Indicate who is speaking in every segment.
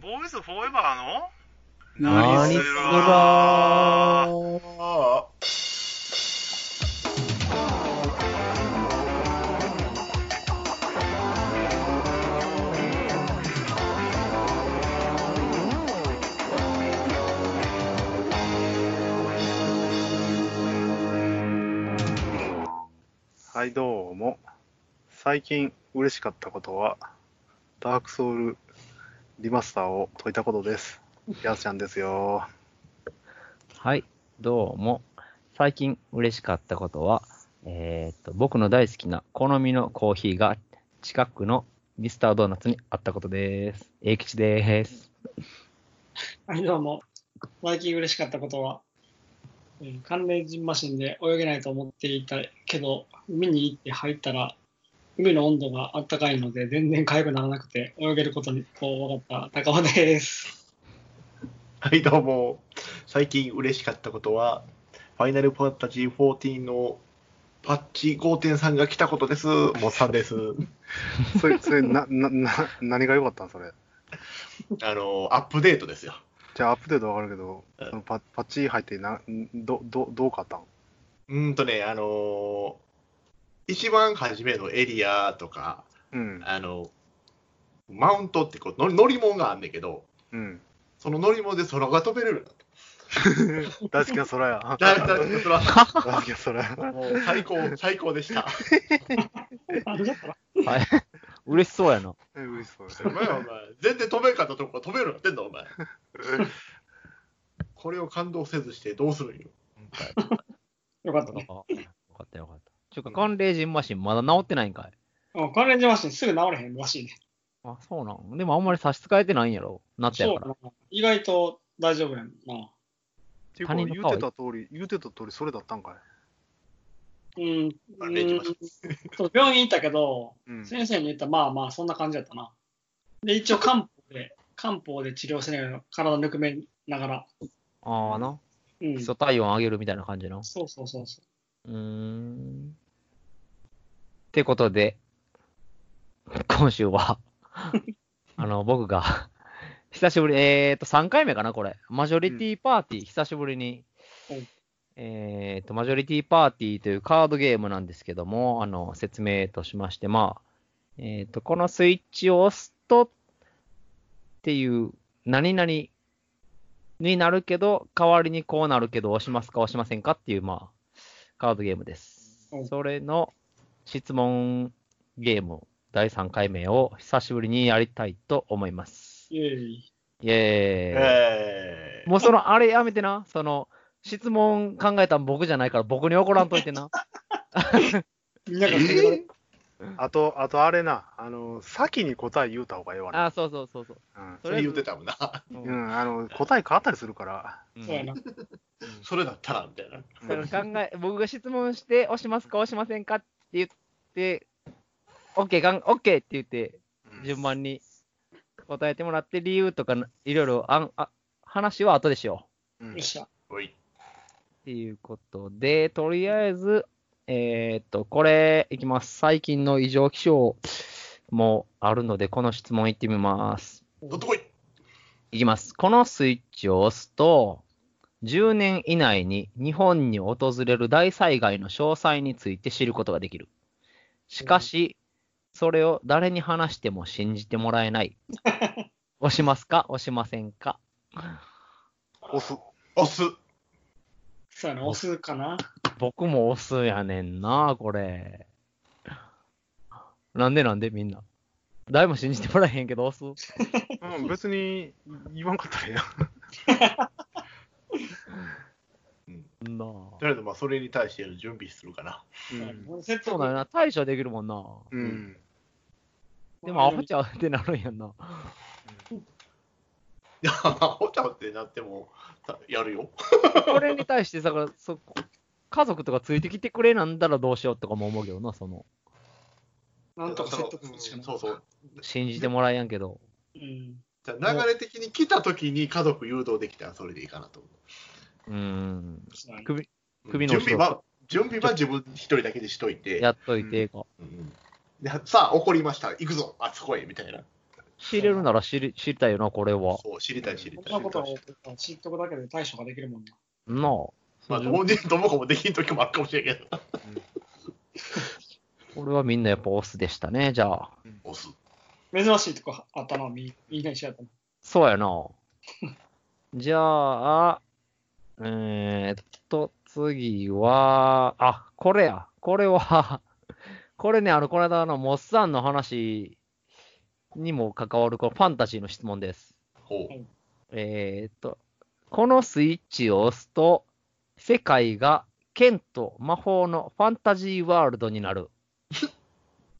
Speaker 1: ボーイズフォーエバーの
Speaker 2: 何するば
Speaker 1: ー
Speaker 2: ー
Speaker 3: はい、どうも。最近嬉しかったことは、ダークソウルリマスターを解いたことです。やすちゃんですよ。
Speaker 4: はい、どうも。最近嬉しかったことは、えーっと、僕の大好きな好みのコーヒーが近くのミスタードーナツにあったことです。英吉です。
Speaker 5: はい、どうも。最近嬉しかったことは、えー寒冷ジンマシンで泳げないと思っていたけど、海に行って入ったら、海の温度があったかいので、全然痒くならなくて、泳げることにこう分かった高尾です。
Speaker 2: はい、どうも。最近嬉しかったことは、ファイナルファンタジー14のパッチ5.3が来たことです。もう3です。
Speaker 3: それ、それ、な、な、な、何が良かったんそれ。
Speaker 2: あの、アップデートですよ。
Speaker 3: じゃあ、アップデートわかるけど
Speaker 2: うん、
Speaker 3: そのパパッチ入ってな、んど、ど、どう買ったん
Speaker 2: うーんとね、あのー一番初めのエリアとか、
Speaker 3: うん。
Speaker 2: あの、マウントってこう乗り乗り物があんねんけど、
Speaker 3: うん。
Speaker 2: その乗り物で空が飛べれる
Speaker 3: 大好きな空や。
Speaker 2: だだだそれは
Speaker 3: 大好きな空や。
Speaker 2: もう最高、最高でした。
Speaker 5: あどうだった
Speaker 4: はい。嬉しそうやな。
Speaker 3: え嬉しそう
Speaker 2: お前お前、全然飛べんかったとこ飛べるようになってんだ、お前。これを感動せずしてどうするんよ。
Speaker 5: よかった
Speaker 4: よ
Speaker 5: ね。
Speaker 4: かったよかった。ちょっと寒冷人マシンまだ治ってないんかい。
Speaker 5: うん寒冷ジンマシンすぐ治れへんらしいね。
Speaker 4: あ、そうなん。でもあんまり差し支えてないんやろ。なったや
Speaker 5: そ
Speaker 4: か
Speaker 5: う
Speaker 4: ら。
Speaker 5: な。意外と大丈夫やんな。
Speaker 3: っていうか、
Speaker 4: 他
Speaker 3: 言
Speaker 4: 人
Speaker 3: う
Speaker 4: の
Speaker 3: て
Speaker 4: 顔
Speaker 3: た通り、言うてた通り、それだったんかい。
Speaker 5: うん。
Speaker 2: 寒冷ジンマシン
Speaker 5: うんそう病院行ったけど、
Speaker 3: うん。
Speaker 5: 先生に言ったらまあまあそんな感じだったな。で一応漢方で漢方で治療しながら体ぬくめながら。
Speaker 4: ああな。
Speaker 5: うん
Speaker 4: 基。礎体温上げるみたいな感じの。
Speaker 5: そうそうそうそう
Speaker 4: ーん。ってことで、今週は、あの、僕が、久しぶり、えっ、ー、と、3回目かな、これ。マジョリティパーティー、久しぶりに
Speaker 5: うん。
Speaker 4: えっと、マジョリティパーティーというカードゲームなんですけども、あの、説明としまして、まあ、えっ、と、このスイッチを押すと、っていう、何々になるけど、代わりにこうなるけど、押しますか、押しませんかっていう、まあ、カードゲームです
Speaker 5: うん。
Speaker 4: それの質問ゲーム第3回目を久しぶりにやりたいと思います。
Speaker 5: イエーイ。
Speaker 4: イエ
Speaker 2: え
Speaker 4: ーイ。もうその、あれやめてな。その、質問考えたん僕じゃないから僕に怒らんといて な。
Speaker 5: みんながそれぞれ
Speaker 3: あと、あとあれな、あの、先に答え言うた方がええわ
Speaker 4: あ
Speaker 3: な。
Speaker 4: ー、そうそうそうそう。
Speaker 3: うん
Speaker 2: それ言うてたもんな。
Speaker 4: う
Speaker 3: うんん、あの、答え変わったりするから。
Speaker 4: うん
Speaker 5: そうやな。
Speaker 2: それだったら、みたいな。
Speaker 3: うん
Speaker 4: その考え、僕が質問して、押しますか、押しませんかって言って、OK、がん OK って言って、順番に答えてもらって、理由とかないろいろあんあ話は後でしよ
Speaker 3: うん
Speaker 5: よっしゃ。
Speaker 2: おい。
Speaker 4: う。っていうことで、とりあえず、えーっと、これいきます。最近の異常気象もあるので、この質問いってみます。
Speaker 2: どってこい。
Speaker 4: いきます。このスイッチを押すと、10年以内に日本に訪れる大災害の詳細について知ることができる。しかし、それを誰に話しても信じてもらえない。押しますか押しませんか
Speaker 3: 押す。
Speaker 2: 押す。
Speaker 5: そうやな、押すかな。
Speaker 4: 僕も押すやねんな、これ。なんでなんでみんな。誰も信じてもらえへんけど押す
Speaker 3: うん、別に言わんかったらええやん。
Speaker 4: な
Speaker 2: とりあえず、まあ、それに対しての準備するかな。
Speaker 3: うん。
Speaker 5: 俺説
Speaker 4: そ
Speaker 5: 明
Speaker 4: うだよな、対処できるもんな。
Speaker 3: うん。
Speaker 4: でも、アホちゃうってなるんやんな。
Speaker 2: いや、ホちゃんってなっても、たやるよ。
Speaker 4: これに対してさ、そこ家族とかついてきてくれなんだらどうしようとかも思うけどな、その、
Speaker 5: なんとか
Speaker 2: その
Speaker 5: 説得するしか
Speaker 2: うん
Speaker 5: な
Speaker 2: そうそう。
Speaker 4: 信じてもらえやんけど。
Speaker 5: い。うん。
Speaker 2: じゃあ流れ的に来た時に家族誘導できたらそれでいいかなと思う。
Speaker 4: うーん。
Speaker 5: そうやな
Speaker 4: 首、首の後
Speaker 2: 準
Speaker 4: ろ
Speaker 2: 備は、準備は自分一人だけでしといて、
Speaker 4: やっといて、こ
Speaker 2: うんうんでさあ、怒りました、行くぞ、あそこへ、みたいな。
Speaker 4: 知れるなら知り知りたいよな、これは。
Speaker 2: そう、知りたい知りた
Speaker 5: こん
Speaker 2: い
Speaker 5: な。ことを知っとくだけで対処ができるもんな。
Speaker 4: なあ。
Speaker 2: まあ、本人ともこもできん時もあるかもしれんけど。
Speaker 4: これはみんなやっぱオスでしたね、じゃあ。
Speaker 2: 押す。
Speaker 5: 珍しいとこあったな、みみんな一緒やったな。
Speaker 4: そうやな。 じゃあ、えーっと、次は、あ、これや。これは、 これね、あの、この間、あの、モッサンの話にも関わる、このファンタジーの質問です。
Speaker 2: ほう。
Speaker 4: えーっと、このスイッチを押すと、世界が剣と魔法のファンタジーワールドになる。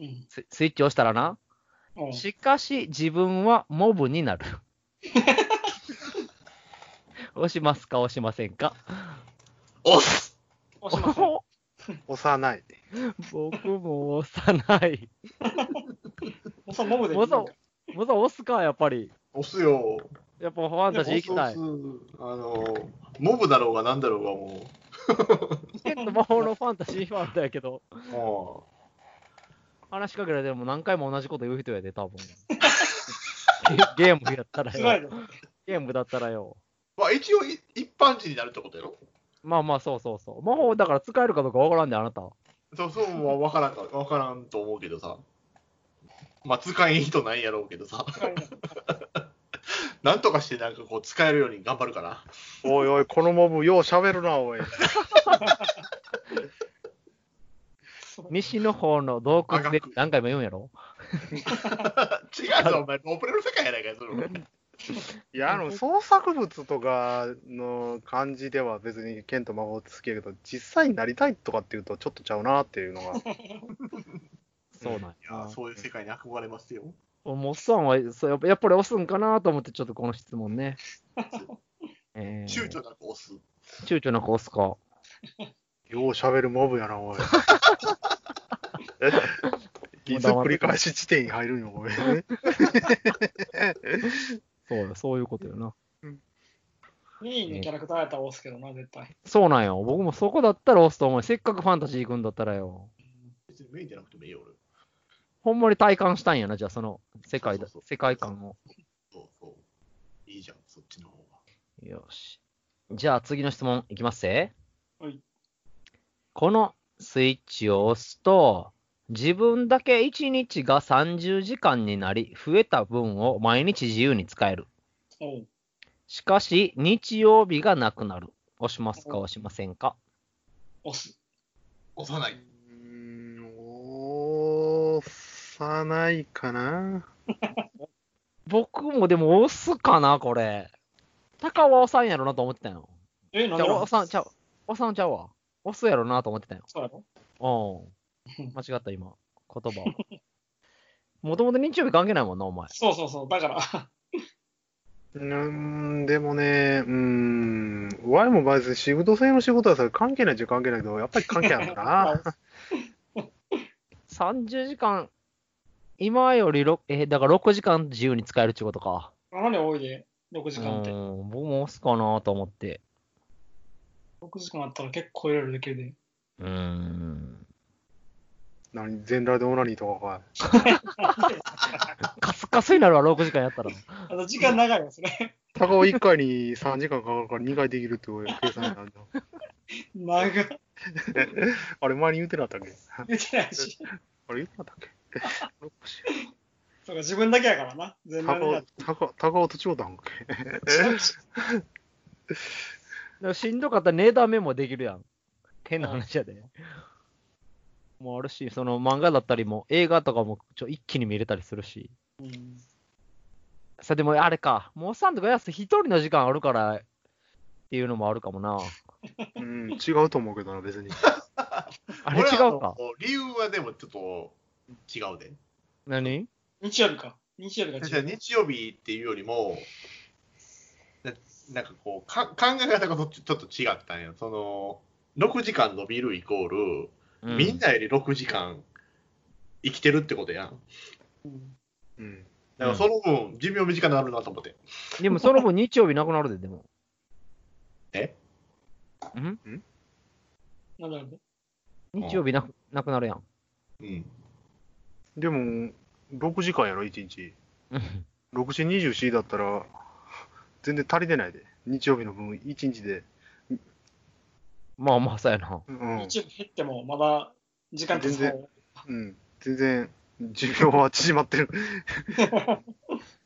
Speaker 5: うん。
Speaker 4: ススイッチを押したらな。
Speaker 5: おう
Speaker 4: しかし、自分はモブになる。押しますか、押しませんか。
Speaker 2: 押す
Speaker 5: おしま せん
Speaker 3: 幼い。
Speaker 4: 僕も押さない。
Speaker 5: おさモブでいい
Speaker 4: モ
Speaker 5: ん
Speaker 4: ザ
Speaker 5: か。、
Speaker 4: モザ押すか、やっぱり。
Speaker 2: 押すよ。
Speaker 4: やっぱファンタジー行きたい
Speaker 2: 押。すあの、モブだろうがなんだろうがも
Speaker 4: 剣と魔法のファンタジーワールドやけど、
Speaker 2: う、も
Speaker 4: 話しかけられても何回も同じこと言う人やで、多分。 ゲゲームやったら
Speaker 5: つらい
Speaker 4: よ。
Speaker 5: の。
Speaker 4: ゲームだったらよ。
Speaker 2: う。まあ、一応い一般人になるってことやろ
Speaker 4: まあまあ、そうそうそう。魔法だから使えるかどうかわからんで、あなた。
Speaker 2: そう、そうは分からんか、分からんと思うけどさ。まあ、使えん人ないやろうけどさ。
Speaker 5: つらいの
Speaker 2: なんとかしてなんかこう、使えるように頑張るかな。
Speaker 3: おいおい、このモブ、よう喋るな、おい。
Speaker 5: そう
Speaker 4: 西の方の洞窟で何回も言うんやろ
Speaker 2: 違うぞ、お前、ロープレの世界やないかよ、それ。
Speaker 3: いや、あの、創作物とかの感じでは別に剣と魔法つけるけど、実際になりたいとかっていうとちょっとちゃうなっていう のが。
Speaker 4: そうなんや
Speaker 2: いやーそういう世界に憧れますよ。
Speaker 4: モッサンはそうやっぱやっぱり押すんかなと思って、ちょっとこの質問ね。 えー、
Speaker 2: 躊躇なく押す。
Speaker 4: 躊躇なく押すか。
Speaker 3: よう喋るモブやな、 おい。えいつ繰り返し地点に入るんよ、ごめんね。
Speaker 4: そうよそういうことよな。
Speaker 5: メインのキャラクターやったら押すけどな、絶対。
Speaker 4: そうなんよ。僕もそこだったら押すと思う。せっかくファンタジー行くんだったらよ。
Speaker 2: 別にメインじゃなくてもいいよ、俺。
Speaker 4: ほんまに体感したいんやな、じゃあその世界だ
Speaker 2: そうそうそう
Speaker 4: 世界観を。
Speaker 2: そうそう。いいじゃん、そっちの方が。
Speaker 4: よし。じゃあ次の質問いきますぜ。
Speaker 5: はい。
Speaker 4: このスイッチを押すと、自分だけ1日が30時間になり、増えた分を毎日自由に使える。
Speaker 5: おう
Speaker 4: しかし、日曜日がなくなる。押しますか、押しませんか。
Speaker 5: 押す。
Speaker 2: 押さな
Speaker 3: う
Speaker 2: い。
Speaker 3: ーん、おさないかな。
Speaker 4: 僕もでも押すかな、これ。高尾は押さんやろなと思ってたよ。
Speaker 5: え、なん
Speaker 4: じ
Speaker 5: で
Speaker 4: ゃあ、
Speaker 5: 押
Speaker 4: 押
Speaker 5: す
Speaker 4: さんちゃう。押さんちゃうわ。押すやろなと思ってたよ。
Speaker 5: そうやろ
Speaker 4: うん。間違った、今。言葉を。 もともと日曜日関係ないもんな、お前。
Speaker 5: そうそうそう。だから、
Speaker 3: うーん、でもね、うーん、Y も別に仕事制の仕事はさ、関係ないっちゃ関係ないけど、やっぱり関係ある な。
Speaker 4: 30時間、今より6、え、だから6時間自由に使えるってことか。
Speaker 5: 7年多いで、6時
Speaker 4: う
Speaker 5: 間って。
Speaker 4: ん。僕も押すかなと思って。
Speaker 5: 6時間あったら結構いろいろできるで。
Speaker 4: うん。
Speaker 3: 何、全裸でオナニーとかかい。
Speaker 4: カスカスになるわ、6時間やったら。
Speaker 5: あと時間長いですね。
Speaker 3: 高尾1回に3時間かかるから2回できるって計算になるの。
Speaker 5: 長い。
Speaker 3: あれ、前に言うてなかったっけ
Speaker 5: 言ってないし。
Speaker 3: あれ、言うてなかったっ
Speaker 5: そうか、自分だけやからな。
Speaker 3: け
Speaker 5: 全
Speaker 3: 高
Speaker 5: 然
Speaker 3: 尾、高尾、高尾と違うたんけ
Speaker 4: だからしんどかったらネタメモできるやん。変な話やで。もうあるし、その漫画だったりも映画とかもちょ一気に見れたりするし。
Speaker 5: うん
Speaker 4: さ、でもあれか、モッサンとかやす一人の時間あるからっていうのもあるかもな。
Speaker 3: うん、違うと思うけどな、別に。
Speaker 4: あれ違
Speaker 2: 俺は
Speaker 4: うか。
Speaker 2: の理由はでもちょっと違うで。
Speaker 4: 何
Speaker 5: 日曜日か。日曜日が
Speaker 2: 私は
Speaker 5: 違う。
Speaker 2: 日曜日っていうよりも、ななんかこうか、考え方がそっちちょっと違ったんよ。その、6時間伸びるイコール、
Speaker 4: うん
Speaker 2: みんなより6時間生きてるってことやん。
Speaker 5: うん
Speaker 3: うん。
Speaker 2: だからその分、寿命短くなるなと思って。
Speaker 4: でもその分日曜日なくなるで、でも。
Speaker 2: え
Speaker 4: ん
Speaker 5: なんだろうね。
Speaker 4: 日曜日なくなくなるやん。
Speaker 2: うん。
Speaker 3: でも、6時間やろ、1日。
Speaker 4: うん
Speaker 3: 6時 20C だったら、全然足りてないで。日曜日の分、1日で。
Speaker 4: まあまあ、そうやな。
Speaker 3: うん。
Speaker 5: YouTube 減ってもまだ時間経つ
Speaker 3: 全うん、全然、寿命は縮まってる。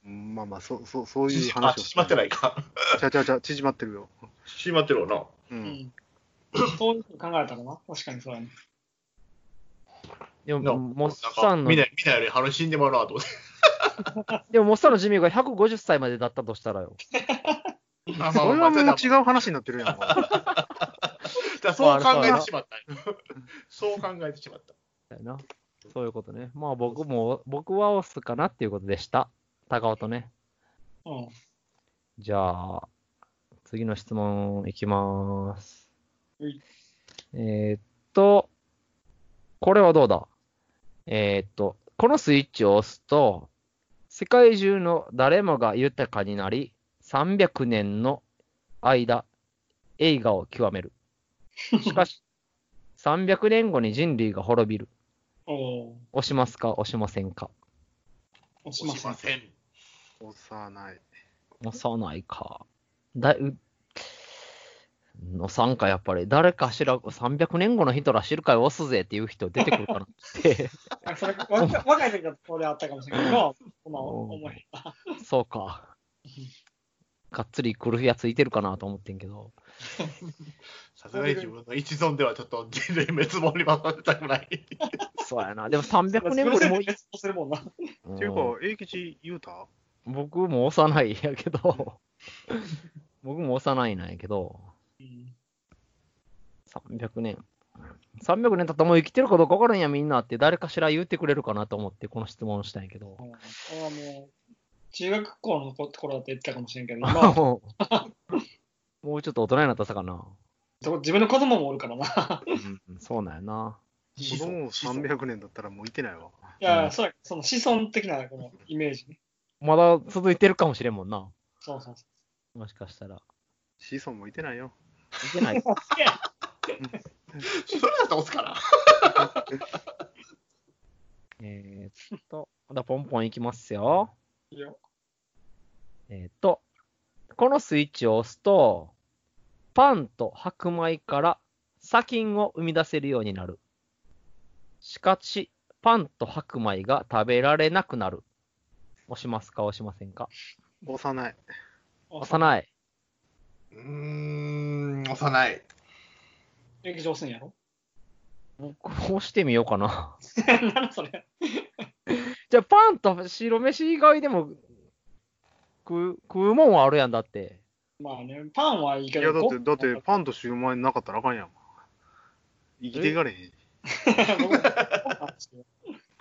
Speaker 3: まあまあ、そう、そう、そういう
Speaker 2: 縮あ
Speaker 3: 話を。
Speaker 2: 縮まってないいか。
Speaker 3: ちゃうちゃうちゃう、縮まってるよ。
Speaker 2: 縮まってるわな。
Speaker 3: う。
Speaker 5: うんん。そういうふうに考えたらな、確かにそうやね。
Speaker 4: で
Speaker 2: な
Speaker 4: も、モ
Speaker 2: な
Speaker 4: ッ
Speaker 2: ん
Speaker 4: サ
Speaker 2: か、
Speaker 4: ンの
Speaker 2: みん、な、みんなより話死んでもらうなと思って。
Speaker 4: でもモッサンの寿命が150歳までだったとしたらよ。
Speaker 2: あ
Speaker 3: それはもう
Speaker 2: まあ
Speaker 3: 違う話になってるやんか。
Speaker 2: じゃあそう考えてしまった。そう考えてしまった。
Speaker 4: だよな。そういうことね。まあ僕も、僕はオスかなっていうことでした。高尾とね。
Speaker 5: うん。
Speaker 4: じゃあ、次の質問いきまーす
Speaker 5: はい。
Speaker 4: えーっと、これはどうだえーっと、このスイッチを押すと、世界中の誰もが豊かになり、300年の間、映画を極める。し かし、300年後に人類が滅びる。
Speaker 5: お
Speaker 4: 押しますか押しませんか
Speaker 5: お。しま
Speaker 2: し
Speaker 5: せ
Speaker 2: ま
Speaker 5: ん。
Speaker 2: せん。
Speaker 3: 押さない。
Speaker 4: 押さないか。だう、のさんか、やっぱり。誰かしら、300年後の人ら知るかよ、押すぜっていう人出てくるかなって。
Speaker 5: あそれわ若い時だとこれあったかもしれないけど、今は思えた。
Speaker 4: そうか。がっつり来るやついてるかなと思ってんけど。
Speaker 2: さすがに自分の一存ではちょっと人類滅亡にまされたくない。
Speaker 4: そうやな。でも300年後にも う
Speaker 5: う、するもんな。
Speaker 4: うん
Speaker 3: っていうか、英吉言うた
Speaker 4: 僕も押さないやけど、僕も押さないなんやけど、
Speaker 5: うん
Speaker 4: 300年。300年経ったらもう生きてるかどうか分からんや、みんなって誰かしら言ってくれるかなと思ってこの質問したんやけど。
Speaker 5: これはもう、中学校の頃だと言ってたかもしれんけど、まあ、
Speaker 4: もう もうちょっと大人になったさかな。
Speaker 5: ど自分の子供もおるからな。
Speaker 4: そうなんやな。
Speaker 3: 子供を300年だったらもういてないわ。
Speaker 5: いや、
Speaker 4: うん
Speaker 5: そうやその子孫的なこのイメージね。
Speaker 4: まだ続いてるかもしれんもんな。
Speaker 5: そうそうそ
Speaker 4: もしかしたら。
Speaker 3: 子孫もいてないよ。
Speaker 4: いけない。
Speaker 2: それだと押すかな。
Speaker 4: えーっと、まだポンポンいきますよ。
Speaker 5: う。いいよ
Speaker 4: えーっと、このスイッチを押すと、パンと白米から砂金を生み出せるようになる。しかし、パンと白米が食べられなくなる。押しますか押しませんか
Speaker 3: 押さない。
Speaker 4: 押さない。
Speaker 2: うーん、押さない。
Speaker 5: 演劇上手んやろ
Speaker 4: 僕も押してみようかな。
Speaker 5: なんだそれ。
Speaker 4: じゃあ、パンと白飯以外でも食う食うもんはあるやんだって。
Speaker 5: まあね、パンはいい
Speaker 3: い
Speaker 5: けど。
Speaker 3: や、だって、だって、パ
Speaker 5: ン。
Speaker 3: ンとシューマイなかったらあかんやん。生きていかれへん。
Speaker 5: 僕あ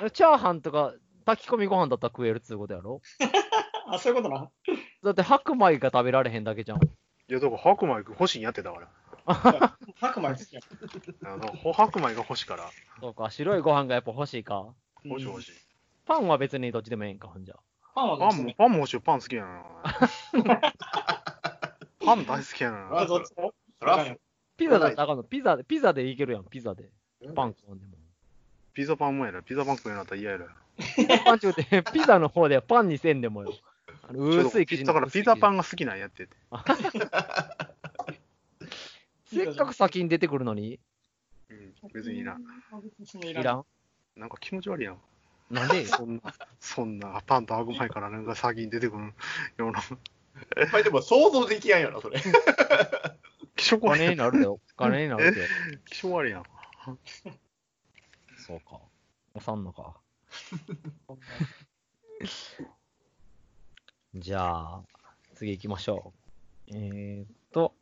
Speaker 4: チャーハンとか炊き込みご飯だったら食えるっつうことやろ
Speaker 5: あ、そういうことな。
Speaker 4: だって白米が食べられへんだけじゃん。
Speaker 3: いや、だから白米欲しいんやってだから。
Speaker 5: 白米好きや。
Speaker 3: あのほ白米が欲しいから、
Speaker 4: そうか、白いご飯がやっぱ欲しいか。
Speaker 3: 欲しい欲しい。
Speaker 4: パンは別にどっちでもええんか、ほんじゃ。
Speaker 5: パンはど
Speaker 3: パ
Speaker 5: う
Speaker 3: ン
Speaker 5: して
Speaker 3: も、
Speaker 5: も。
Speaker 3: パンも欲しいよ、パン好きやな。パン大好きや
Speaker 5: あ
Speaker 3: な。
Speaker 5: どっちも
Speaker 2: それはそう
Speaker 4: ピザだったらあかんの。ピザ、ピザでいけるやん、ピザで。パン食うんでも。
Speaker 3: ピザパンもやな、ピザパン食えなかったら嫌やな。
Speaker 4: パンちゅうて、 ピザの方ではパンにせんでもよ。あの薄い生地の
Speaker 3: だからピザパ
Speaker 4: ン。
Speaker 3: ンが好きなんやって。
Speaker 4: せっかく先に出てくるのに、
Speaker 3: うん、別にいいな。。
Speaker 5: 別に
Speaker 4: い
Speaker 5: いらん。
Speaker 4: らん。
Speaker 3: なんか気持ち悪いやん。
Speaker 4: なん で
Speaker 3: そんな、そんな、パンと白米からなんか先に出てくるような。
Speaker 2: やっぱりでも想像できないよな、それ。
Speaker 3: 気色
Speaker 4: お
Speaker 3: 悪い
Speaker 4: 金
Speaker 3: や
Speaker 4: に
Speaker 3: ん。
Speaker 4: なるよ。お金になるよ。
Speaker 3: 気色悪いやん。
Speaker 4: そうか。押さんのか。じゃあ、次行きましょう。えー、っと、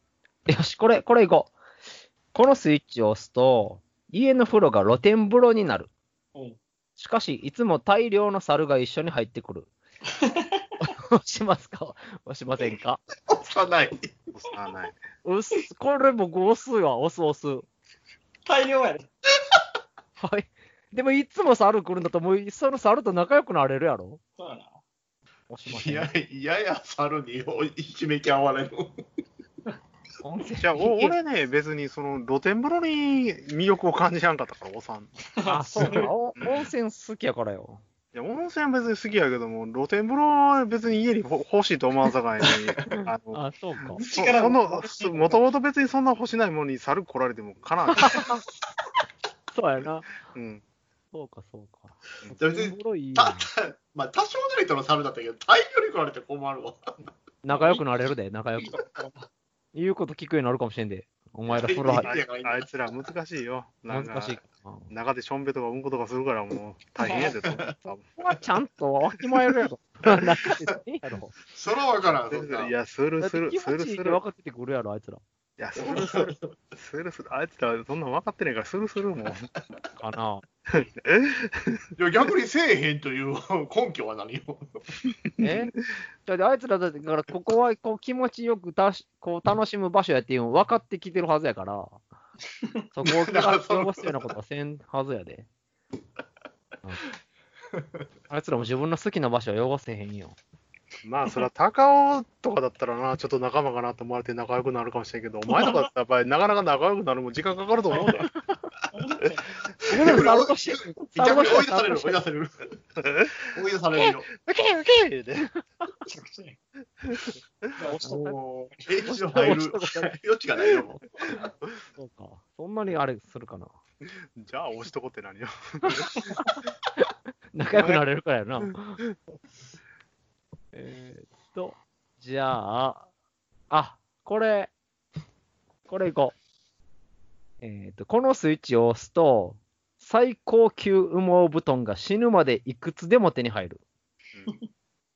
Speaker 4: よし、これ、これ行こう。このスイッチを押すと、家の風呂が露天風呂になる。
Speaker 5: うん
Speaker 4: しかし、いつも大量の猿が一緒に入ってくる。押しますか押しませんか
Speaker 2: 押さない。
Speaker 3: 押さない。
Speaker 4: うっす、これ僕押すわ、押す押す。
Speaker 5: 大量やで。
Speaker 4: はい。でも、いつも猿来るんだと、もう、その猿と仲良くなれるやろ
Speaker 5: そうやな。
Speaker 4: 押しませ
Speaker 2: い
Speaker 4: ん
Speaker 2: や、いやや猿にひしめき合われる。
Speaker 4: 温泉
Speaker 3: じゃあ、 お俺ね、別にその露天風呂に魅力を感じなかったから、おさん。
Speaker 4: あ、そうか。お温泉好きやからよ。
Speaker 3: いや、温泉は別に好きやけども、露天風呂は別に家にほ欲しいと思わんさかいに、あの、
Speaker 4: あ、そうか。
Speaker 3: そその、そもともと別にそんな欲しないものに猿来られてもかな わん。
Speaker 4: そうやな。
Speaker 3: うん。
Speaker 4: そうか、そうか。
Speaker 2: じゃあ別に
Speaker 4: おもろいよ
Speaker 2: たたまあ、多少なりとの猿だったけど、大量に食われて困るわ。
Speaker 4: 仲良くなれるで、仲良く。言うこと聞くようになるかもしれんで。お前ら風呂入
Speaker 3: あいあいつら難しいよ。なん
Speaker 4: 難
Speaker 3: か
Speaker 4: しい。こ
Speaker 3: 中でしょんべとかうんことかするからもう大変や でと思った。多分。
Speaker 4: こはちゃんとわきまえるやろ。中でいいやろ。
Speaker 2: それは分からん、そんない
Speaker 3: や、する
Speaker 4: だっ
Speaker 3: す
Speaker 4: て
Speaker 3: る
Speaker 4: 気
Speaker 3: す
Speaker 4: 持
Speaker 3: る
Speaker 4: ちいい
Speaker 3: す
Speaker 4: って
Speaker 3: る。
Speaker 4: 分かっててくるやろ、あいつら。
Speaker 3: いや、するする。するする。あいつらそんなん分かってねえからするするもん。
Speaker 4: かな。
Speaker 3: え
Speaker 2: いや逆にせえへんという 根拠は何よ。
Speaker 4: えだってあいつらだって、だからここはこう気持ちよくたしこう楽しむ場所やっていうの分かってきてるはずやから、 そこを汚すようなことはせんはずやで。うんあいつらも自分の好きな場所は汚せへん よ。
Speaker 3: まあ、それは高尾とかだったらな、ちょっと仲間かなと思われて仲良くなるかもしれんけど、お前とかだったらやっぱりなかなか仲良くなるのも時間かかると思うんだよ。
Speaker 4: 猿越し
Speaker 2: 逆に追い逆に追い出される、追い出され る。追い出されるよ。
Speaker 3: ウケウケで。
Speaker 5: めちゃくちゃや押した
Speaker 2: もう、平気の入る 余地がないよ。もう
Speaker 4: そうか。そんなにあれするかな。
Speaker 3: じゃあ、押しとこって何よ。
Speaker 4: 仲良くなれるからや な。えーっと、じゃあ、あ、これ、これいこう。えーっと、このスイッチを押すと、最高級羽毛布団が死ぬまでいくつでも手に入る。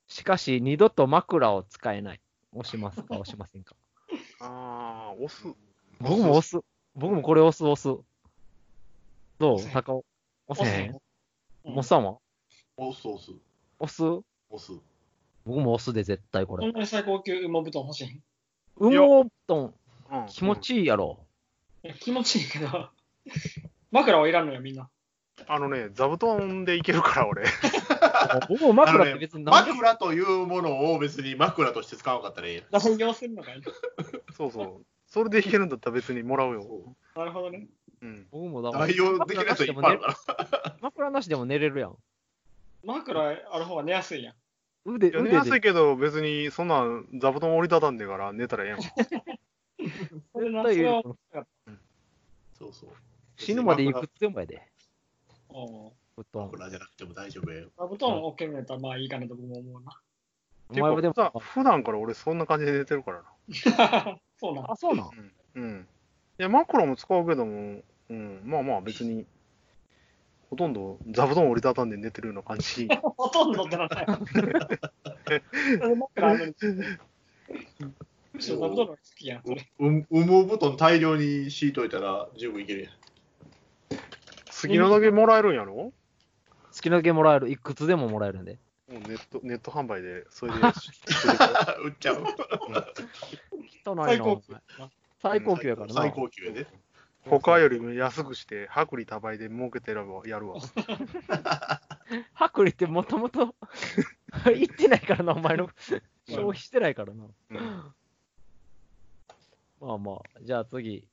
Speaker 4: しかし、二度と枕を使えない。押しますか、押しませんか。
Speaker 3: ああ、押す。
Speaker 4: 僕も押す。僕もこれ押す、押す。どう
Speaker 5: 押せ
Speaker 4: 高尾。押せへん。
Speaker 5: うん
Speaker 4: モッサンは
Speaker 2: 押す、押す、
Speaker 4: 押す
Speaker 2: 押す。
Speaker 4: 僕も押すで、絶対こ
Speaker 5: こ
Speaker 4: れ
Speaker 5: ん。なに最高級羽毛布団欲しいん
Speaker 4: 羽毛布団。
Speaker 3: うん
Speaker 4: 気持ちいいやろ。
Speaker 5: いや気持ちいいけど、 枕はいらんのよ、みんな。
Speaker 3: あのね、座布団でいけるから、俺。
Speaker 4: 僕も
Speaker 2: あの
Speaker 4: 枕って
Speaker 2: ね
Speaker 4: 別に何でも
Speaker 2: 枕というものを別に枕として使わなかったらええ
Speaker 5: 代用するのかい
Speaker 3: そうそう。それでいけるんだったら別にもらうよ。
Speaker 5: なるほどね。
Speaker 3: うん。
Speaker 4: 僕もだから
Speaker 2: 代用できるやついっぱいあるから。
Speaker 4: 枕なしでも寝れるやん。
Speaker 5: 枕ある方が寝やすいやん。
Speaker 4: 腕、
Speaker 3: いや寝
Speaker 4: 腕で
Speaker 3: やすいけど、別にそんなん座布団折りたたんでから寝たらええやん。
Speaker 5: それな
Speaker 4: 絶対
Speaker 5: それは
Speaker 2: そうそう。
Speaker 4: 死ぬまでいくつでもやで。
Speaker 5: おう
Speaker 4: 布団。
Speaker 2: 枕じゃなくても大丈夫やよ。
Speaker 5: 座布団 OK のやったらまあいいかなと僕も思うな。
Speaker 4: お前はでも
Speaker 3: ていうか普段普段から俺そんな感じで寝てるからな。
Speaker 5: そうなん
Speaker 4: あ、そうなん。
Speaker 3: うん。いや、枕も使うけども、うん、まあまあ別に、ほとんど座布団折りたたんで寝てるような感 じ。
Speaker 5: ほとんどってなんだよ。それ枕あるのに。むしろ座布団の方が好きやん。それ
Speaker 2: う羽毛布団大量に敷いといたら十分いけるやん。
Speaker 3: 杉のだけもらえるんやろも
Speaker 4: 好きなだけもらえる。いくつでももらえるんで。
Speaker 3: うネット、ネット販売で、それで、
Speaker 2: 売っちゃう。
Speaker 4: 人ない
Speaker 5: 最
Speaker 4: な。
Speaker 5: 高
Speaker 4: お
Speaker 5: 級
Speaker 4: 前。最高級やからな。
Speaker 2: 最高級やで。
Speaker 3: 他よりも安くして、薄利多売で儲けてればやるわ。
Speaker 4: 薄利ってもともと 行ってないからな、お前の。消費してないからな。
Speaker 3: うん
Speaker 4: まあまあ、じゃあ次。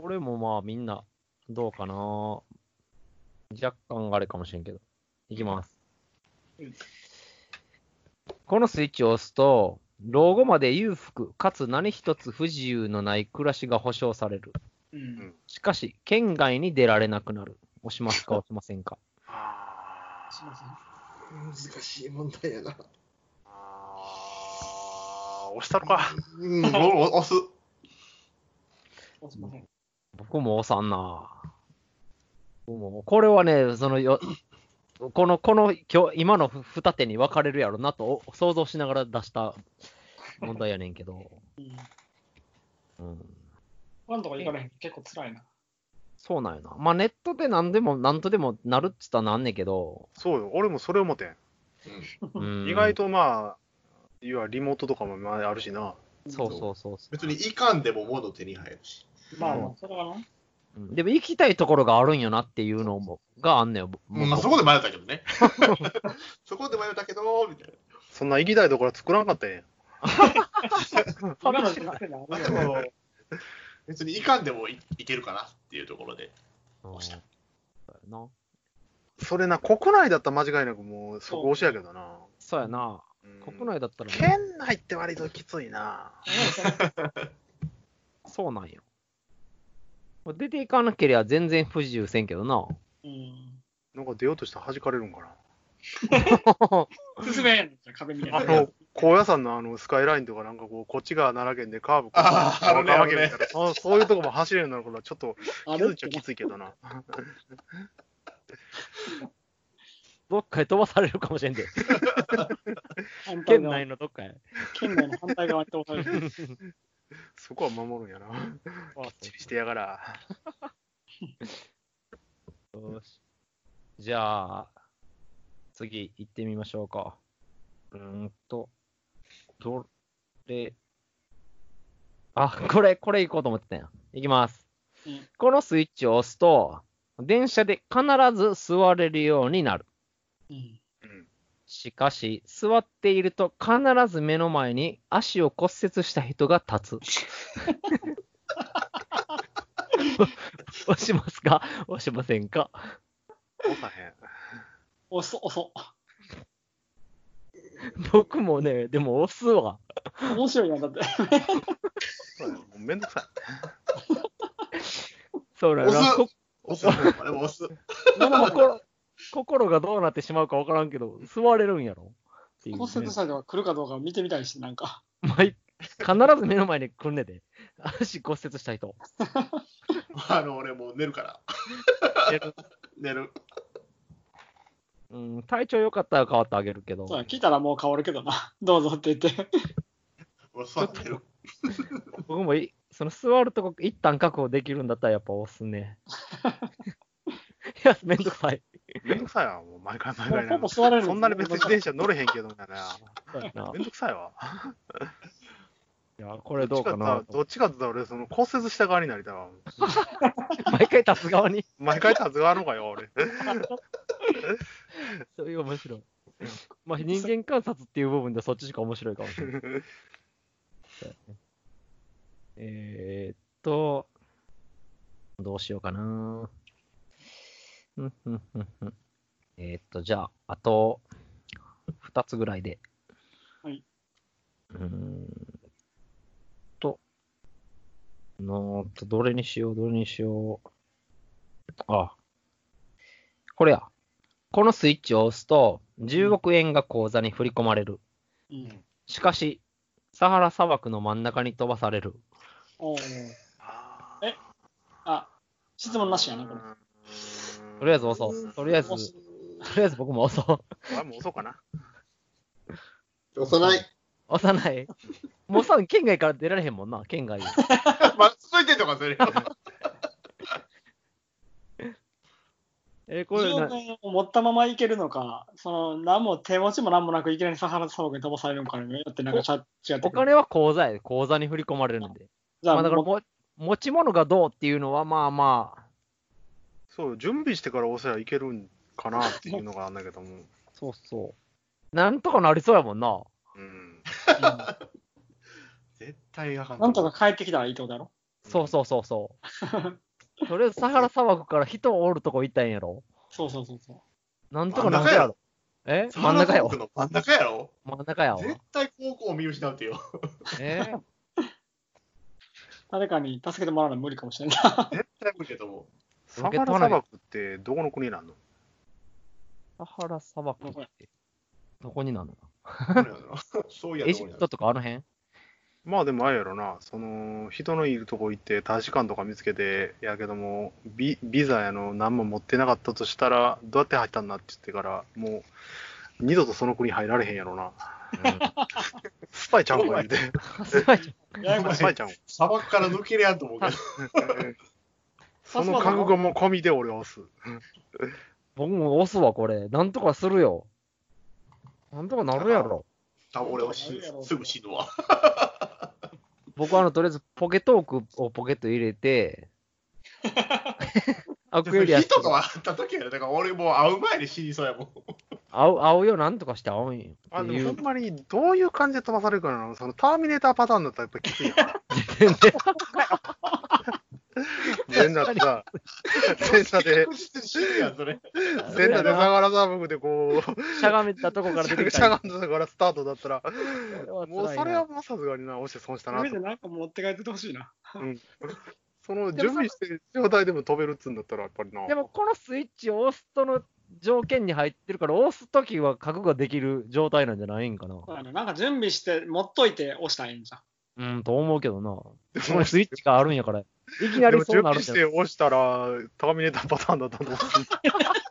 Speaker 4: これもまあみんな、どうかな。若干あれかもしれんけど。いきます
Speaker 5: うん。
Speaker 4: このスイッチを押すと、老後まで裕福、かつ何一つ不自由のない暮らしが保障される。
Speaker 5: うん。
Speaker 4: しかし、県外に出られなくなる。押しますか、押しませんか。
Speaker 3: あ
Speaker 5: しません
Speaker 2: 難しい問題やな。
Speaker 3: あ、押したのか。
Speaker 2: うん、おお押す。
Speaker 5: おすいません。
Speaker 4: 僕も押さんな。僕もこれはね、そのよ、この、この、今日、今の二手に分かれるやろなとお想像しながら出した問題やねんけど。う
Speaker 5: フ
Speaker 4: ん。
Speaker 5: ァンとか行かれへん。結構辛いな。
Speaker 4: そうなんやな。まあ、ネットで何でも、何とでもなるっつったらなんねんけど。
Speaker 3: そうよ、俺もそれ思って
Speaker 4: うん
Speaker 3: ん。意外。とまあ、いわゆるリモートとかもまああるしな。
Speaker 4: そうそうそうそ
Speaker 2: 別にいかんでも物手に入るし。
Speaker 5: まあまあ、それはな。
Speaker 4: う、うんでも行きたいところがあるんよなっていうのも、があんねんよ。
Speaker 2: うんまあ、そこで迷ったけどね。そこで迷ったけど、みたい
Speaker 3: そんな行きたいところは作らんかったんやん。
Speaker 5: 今の時点であ
Speaker 2: な。まあ
Speaker 5: る
Speaker 2: で
Speaker 5: よ
Speaker 2: も、別にいかんでもいいけるかなっていうところで。
Speaker 4: うん
Speaker 2: 押した
Speaker 4: そうやな
Speaker 3: それな、国内だったら間違いなくもう、そこ押しやけどな。
Speaker 4: そうやな。
Speaker 3: うん
Speaker 4: 国内だったら、ね、
Speaker 3: 県内って割ときついな。
Speaker 4: そうなんよ。出ていかなければ全然不自由せんけどな。
Speaker 5: うん。
Speaker 3: なんか出ようとしたら弾かれるんかな。
Speaker 5: 進めんのじゃ壁みたいな。
Speaker 3: あの、高野山のあのスカイラインとか、なんかこう、こっちが奈良県でカーブ、こっち
Speaker 2: あーあ
Speaker 3: が
Speaker 2: るね
Speaker 3: 奈良県みたいな、そうそういうとこも走れるようになるから、ちょっと
Speaker 5: あ
Speaker 3: きつい
Speaker 5: る
Speaker 3: っちゃきついけどな。
Speaker 4: どっかへ飛ばされるかもしれん で。
Speaker 5: 反対
Speaker 4: 県
Speaker 5: 側
Speaker 4: 内のどっかへ。
Speaker 5: 県内の反対側に通される。
Speaker 3: そこは守るんやな。き
Speaker 4: あ
Speaker 3: っちりしてやがら。
Speaker 4: そうよし じゃあ、次行ってみましょうか。うーんと、どれ、あ、これ、これ行こうと思ってたよ。行きます
Speaker 5: うん。
Speaker 4: このスイッチを押すと、電車で必ず座れるようになる。
Speaker 5: うん。
Speaker 3: うん。
Speaker 4: しかし、座っていると必ず目の前に足を骨折した人が立つ。 押しますか押しませんか
Speaker 3: 押さへん。
Speaker 5: 押そ、押そ。
Speaker 4: 僕もね、でも押すわ。
Speaker 5: 面白いな、だって。
Speaker 3: そうやもうめんどくさ
Speaker 4: そうだよ
Speaker 2: 押
Speaker 4: な。
Speaker 2: す
Speaker 4: こ
Speaker 2: 押す。あれも押す。
Speaker 4: 心心がどうなってしまうか分からんけど、座れるんやろっていうね
Speaker 5: 骨折した人が来るかどうか見てみたいし、なんか。
Speaker 4: 毎必ず目の前に来んねで。足骨折した人。
Speaker 2: あの、俺もう寝るから。
Speaker 4: 寝る
Speaker 2: 寝る。
Speaker 4: うん、体調良かったら変わってあげるけど。
Speaker 5: そうや聞いたらもう変わるけどな。 どうぞって言って。
Speaker 2: 俺座ってる。
Speaker 4: 僕もいその座るとこ一旦確保できるんだったらやっぱ押すね。いや、めんどくさい。
Speaker 3: い。めんどくさいわ、もう毎回毎
Speaker 5: も
Speaker 3: 回
Speaker 5: うほ
Speaker 3: な
Speaker 5: ぼ。座れる。
Speaker 3: そんなに別に自転車乗れへんけどな。
Speaker 4: そうやな
Speaker 3: めんどくさいわ。
Speaker 4: いや、これどう
Speaker 3: どっ
Speaker 4: か
Speaker 3: ち
Speaker 4: な
Speaker 3: か。どっちかって言ったら俺、その骨折した側になりたいわ。
Speaker 4: 毎回立つ側に。
Speaker 3: 毎回立つ側の方がよ、俺。
Speaker 4: そういう面白い。まあ、人間観察っていう部分ではそっちしか面白いかもし れない。えーっと、どうしようかな。うんうんうんうんえーっと、じゃあ、あと、2つぐらいで。
Speaker 5: はい。
Speaker 4: うーんと、のーと、どれにしよう、どれにしよう。あ、これや。このスイッチを押すと、10億円が口座に振り込まれる。
Speaker 5: うん。
Speaker 4: しかし、サハラ砂漠の真ん中に飛ばされる。
Speaker 5: おう
Speaker 3: あ
Speaker 5: えあ、質問なしやな、これ。
Speaker 3: ー
Speaker 4: とりあえず押そう。とりあえず、と
Speaker 5: 押す
Speaker 4: りあえず僕も押そう。
Speaker 3: 俺も押そうかな。
Speaker 2: 押さない。
Speaker 4: 押さない。もうさ、県外から出られへんもんな、県外。
Speaker 2: まあ、続いてんのか、それ。
Speaker 4: えこれ
Speaker 5: 10億
Speaker 4: な、
Speaker 5: 円を持ったままいけるのか、その、何も手持ちも何もなく、いきなりサハラ砂漠に飛ばされるのかによって、なんかちゃ違って
Speaker 4: お
Speaker 5: くる。
Speaker 4: 金は口座や。口座に振り込まれるんで。
Speaker 5: じ
Speaker 4: ま
Speaker 5: ゃ
Speaker 4: あ
Speaker 5: あ、
Speaker 4: だから
Speaker 5: もう
Speaker 4: も、持ち物がどうっていうのは、まあまあ、
Speaker 3: そうよ、準備してから押せばいけるんかなっていうのがあんだけども。
Speaker 4: そうそう。なんとかなりそうやもんな。
Speaker 3: うん。
Speaker 5: う
Speaker 2: 絶対あかん
Speaker 5: んなんとか帰ってきたらいいってことだろ。
Speaker 4: そうそうそう そう。とりあえず、サハラ砂漠から人おるとこ行ったんやろ。
Speaker 5: そうそうそうそう。
Speaker 4: なんとかなるやろ。え真ん中やわ。
Speaker 2: ろ。真ん中やろ。
Speaker 4: 真ん中やわ。
Speaker 2: 絶対高校を見失うてよ。
Speaker 4: えー
Speaker 5: 誰かに助けてもらうのは無理かもしれない。
Speaker 2: 絶対無理やと思
Speaker 3: サハラ砂漠ってどこの国なんの
Speaker 4: サハラ砂漠って、どこになるの
Speaker 2: う。どうなんやろ そういや
Speaker 4: エジプトとかあの辺
Speaker 3: まあでもあれやろな、その人のいるとこ行って大使館とか見つけて、やけども、ビビザやの何も持ってなかったとしたら、どうやって入ったんだって言ってから、もう二度とその国入られへんやろな。スパイちゃうんか言うて。
Speaker 5: ややこしい
Speaker 3: スパイちゃうんか。
Speaker 2: 砂漠から抜けれやんと思うけど。
Speaker 3: その覚悟も込みで俺は押す。
Speaker 4: 僕も押すわ、これ。なんとかするよ。なんとかなるやろ。
Speaker 2: 多分俺は死ぬすぐ死ぬわ。
Speaker 4: 僕あの、とりあえずポケトークをポケット入れ て、アクエリアス
Speaker 2: 人と会った時やろ。だから俺もう会う前に死にそうやもん。
Speaker 4: 合う、合うよ、なんとかして合うんよ。
Speaker 3: あ
Speaker 4: って
Speaker 3: で
Speaker 4: い
Speaker 3: も
Speaker 4: う
Speaker 3: ほんまにどういう感じで飛ばされるかなそのターミネーターパターンだったらやっぱきついやん。も全裸でさ、全裸で、
Speaker 2: 確実に死ぬやん、それ。
Speaker 3: 全裸でながらダブでこう、
Speaker 4: しゃがめたとこから出てき。
Speaker 3: したゃがんだからスタートだったら、
Speaker 4: も
Speaker 3: もうそれはもうさすがにな、押して損したな
Speaker 5: 上
Speaker 3: と
Speaker 5: で。なんか持って帰っててほしいな。
Speaker 3: その準備してる状態でも飛べるっつうんだったら、やっぱりな。
Speaker 4: でもこのスイッチを押すとの条件に入ってるから、押すときは覚悟できる状態なんじゃないんかな。
Speaker 5: そうやななんか準備して、持っといて押したらいいんじゃん。
Speaker 4: うん、と思うけどな。このスイッチがあるんやから、いきな
Speaker 3: で
Speaker 4: り
Speaker 3: も
Speaker 4: そう
Speaker 3: 準
Speaker 4: な
Speaker 3: 備
Speaker 4: るんじ
Speaker 3: し
Speaker 4: ゃな
Speaker 3: て
Speaker 4: い
Speaker 3: 押したら、ターミネーターパターンだったと思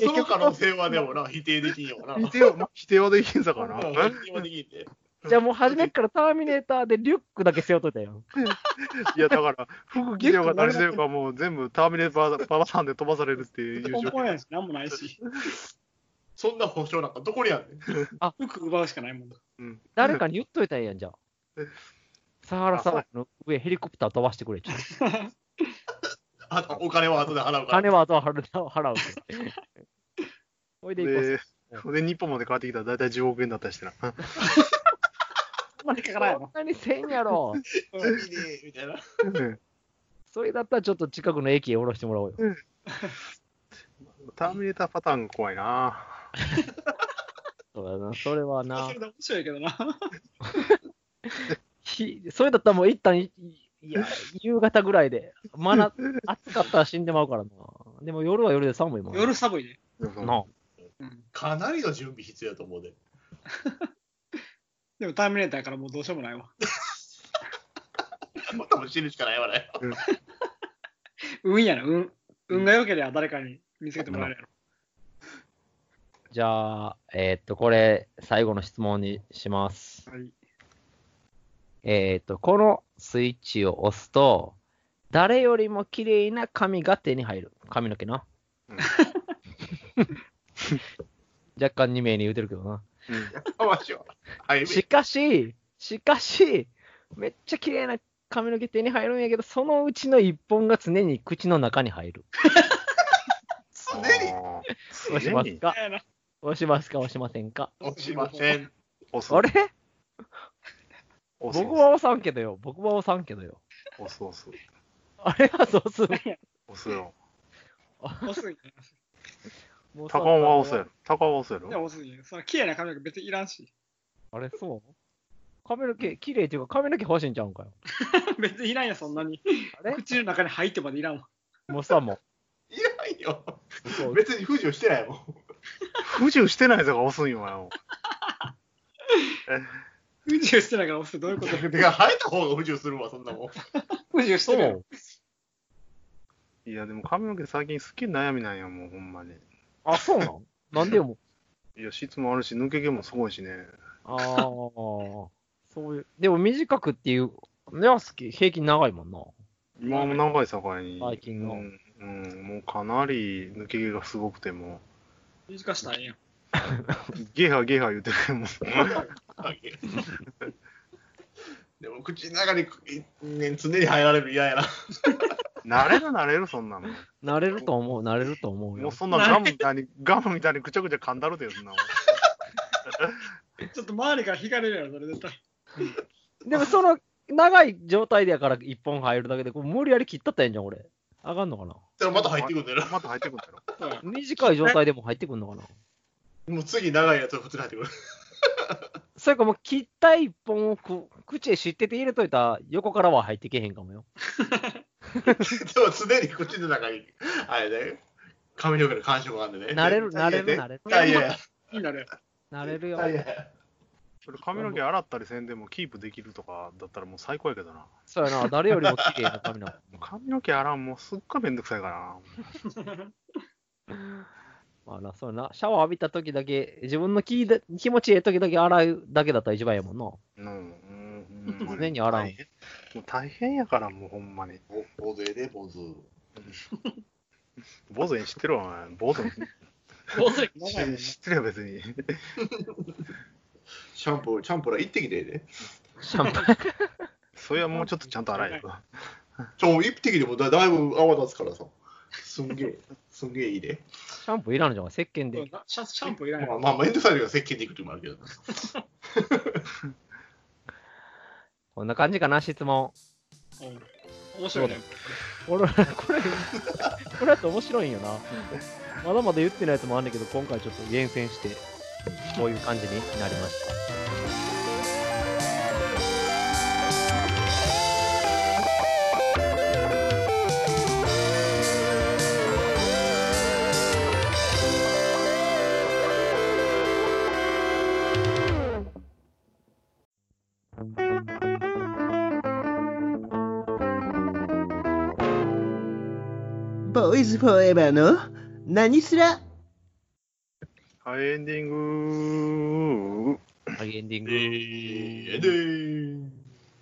Speaker 2: その可能性はでもな、否定できんよな。
Speaker 3: う。否定 は、まあ、否定はできんさか
Speaker 2: う
Speaker 3: な。
Speaker 2: ん否定はできんで。
Speaker 4: じゃあもう初めっからターミネーターでリュックだけ背負っといた よ。
Speaker 3: いや、だ から、服着ようが何してようが、もう全部ターミネーターパターンで飛ばされるっていう状
Speaker 5: 根
Speaker 3: 況
Speaker 5: 本やし、なんもないし、
Speaker 2: そんな保証なんかどこにあんねん。
Speaker 5: 服奪うしかないもん。
Speaker 3: うん
Speaker 4: 誰かに言っといたらええや んじゃあ。サハラ砂漠の上ヘリコプター飛ばし てくれ。ちょっと
Speaker 2: あとお金は後で払うから。
Speaker 4: 金は後は払う払うから。おいで行こう。
Speaker 3: で、で日本まで帰ってきたら大体10億円だったりして な。
Speaker 4: そん
Speaker 5: 金からやろ
Speaker 4: なにせんやろ。
Speaker 2: いいねみたいな。
Speaker 4: それだったらちょっと近くの駅へ降ろしてもらおうよ。
Speaker 3: ターミネーターパターンが怖いな。
Speaker 4: そうだな。それは
Speaker 5: そ
Speaker 4: な
Speaker 5: れ。で面白いけどな。
Speaker 4: ひそれだったらもう一旦い、いや、夕方ぐらいで。まだ暑かったら死んでまうからな。でも夜は夜で寒いもん。
Speaker 5: 夜寒いね。
Speaker 4: な。
Speaker 5: うん
Speaker 2: かなりの準備必要やと思うで。
Speaker 5: でもターミネーターやからもうどうしようもないわ。
Speaker 2: もう多分死ぬしかないわね。
Speaker 5: 運やな、運。運が良ければ誰かに見つけてもらえるやろ。
Speaker 4: じゃあ、えーっと、これ、最後の質問にします。
Speaker 5: はい、
Speaker 4: えーっと、このスイッチを押すと、誰よりも綺麗な髪が手に入る。髪の毛な。
Speaker 3: うん
Speaker 4: 若干2名に言うてるけどな。
Speaker 3: うん
Speaker 2: やかましいわ。はい、
Speaker 4: しかし、しかし、めっちゃ綺麗な髪の毛手に入るんやけど、そのうちの1本が常に口の中に 入る。
Speaker 2: 常に
Speaker 3: あー
Speaker 4: 押しますか
Speaker 5: 嫌やな
Speaker 4: 押しますか押しません か
Speaker 2: 落ちません。
Speaker 3: 押す
Speaker 4: あれ
Speaker 3: 押す
Speaker 4: 僕は押さんけどよ。僕は押さんけどよ。
Speaker 3: 押す押す
Speaker 4: あれはどうする
Speaker 3: 押すよ。
Speaker 5: 多すぎて
Speaker 3: 高尾は押すやろ。高尾は押すや
Speaker 5: で
Speaker 3: ろ。
Speaker 5: も多すぎてその綺麗な髪の毛別にいらんし。
Speaker 4: あれ、そう髪の毛、綺麗っていうか髪の毛欲しいんちゃうんかよ。
Speaker 5: 別にいらんや、そんなに。
Speaker 4: あれ
Speaker 5: 口の中に入ってまでいらんわ。
Speaker 4: もうさ、も
Speaker 2: いらんよ。
Speaker 4: うそう。
Speaker 2: 別に不自由してないもん。
Speaker 3: 不自由してないやつが押すんよ、お前 も
Speaker 5: 不自由してないから押すどういうこと
Speaker 2: てか、生えた方が不自由するわ、そんな もん。
Speaker 5: 不自由してるやん。
Speaker 3: いや、でも髪の毛最近すっげえ悩みなんや、もうほんまに。
Speaker 4: あ、そうなんなんでよ、もう。
Speaker 3: いや、質もあるし、抜け毛もすごいしね。
Speaker 4: ああ、そういう。でも短くっていう、ね、好き、平均長いもんな。
Speaker 3: 今も長い境に。
Speaker 4: 最近の
Speaker 3: うん、うん、もうかなり抜け毛がすごくても
Speaker 5: 短したらええやん。
Speaker 3: う、ゲハゲハ言うてるもん。
Speaker 2: でも、口の中に、ね、常に入られるの嫌やな。
Speaker 3: 慣れる慣れる、そんなの。
Speaker 4: 慣れると思う、慣れると思う
Speaker 3: も
Speaker 4: よ
Speaker 3: う。そんなガムみたいに、ガムみたいにぐちゃぐちゃ噛んだるで、そんなもん。
Speaker 5: ちょっと周りから引かれるやろ、それ絶対。
Speaker 4: でもその、長い状態でやから一本入るだけで、こう無理やり切ったったらええんじゃん、俺。あかんのかな
Speaker 2: でもまた入ってくるんだよ
Speaker 3: また入ってくんだろ。
Speaker 5: そうや
Speaker 4: 短い状態でも入ってくんのかな
Speaker 2: な。もう次長いやつが普通に入ってくる。
Speaker 4: それかもう切った一本をく口へ知ってて入れといたら横からは入ってけへんかもよ。
Speaker 2: でも、常に口の中に、あれだよ。髪の毛の感触があるんでね。
Speaker 4: 慣れる、慣れる、
Speaker 2: 絶
Speaker 4: 慣れる。
Speaker 2: 対嫌や。
Speaker 5: 気になるやん。
Speaker 4: 慣れるよ。
Speaker 2: 絶対嫌や
Speaker 3: それ髪の毛洗ったりせんでもキープできるとかだったらもう最高やけどな。
Speaker 4: そうやな、誰よりも綺麗な髪なの。
Speaker 3: 髪の毛洗うのもうすっごいめんどくさいから
Speaker 4: まあな、そうやな。シャワー浴びた時だけ、自分の気で気持ちいい時だけ洗うだけだったら一番やもんな。
Speaker 3: な。うん、うん、うん
Speaker 4: 常に洗う
Speaker 3: 大変もう大変やから、もうほんまに。
Speaker 2: ぼ坊主やで、坊主。
Speaker 3: 坊主に知ってるわ、お前。坊主に
Speaker 5: 坊主歴長いもんな
Speaker 3: 知ってるよ、別に。
Speaker 2: シャンプー、シャンプーら行ってきてね。
Speaker 4: シャンプー。
Speaker 3: それはもうちょっとちゃんと洗えよ。
Speaker 2: ちょ、一匹でもだだいぶ泡立つからさ。すんげ え、すんげえいいで。
Speaker 4: シャンプーいらんじゃん、石鹸
Speaker 5: そ
Speaker 4: で
Speaker 5: う。なシャシャンプーいらんや
Speaker 2: まあ、
Speaker 5: ろ。
Speaker 2: まあ、めんどくさいけど、石鹸でいくともあるけど。
Speaker 4: こんな感じかな、質問。
Speaker 5: うん面白いね。
Speaker 4: 俺ら、これ、これだと面白いんよな。まだまだ言ってないやつもあるんだけど、今回ちょっと厳選して、こういう感じになりました。
Speaker 1: ボーイズフォーエバーの何すら
Speaker 3: はい、エンディング
Speaker 4: はい、エンディング。
Speaker 2: え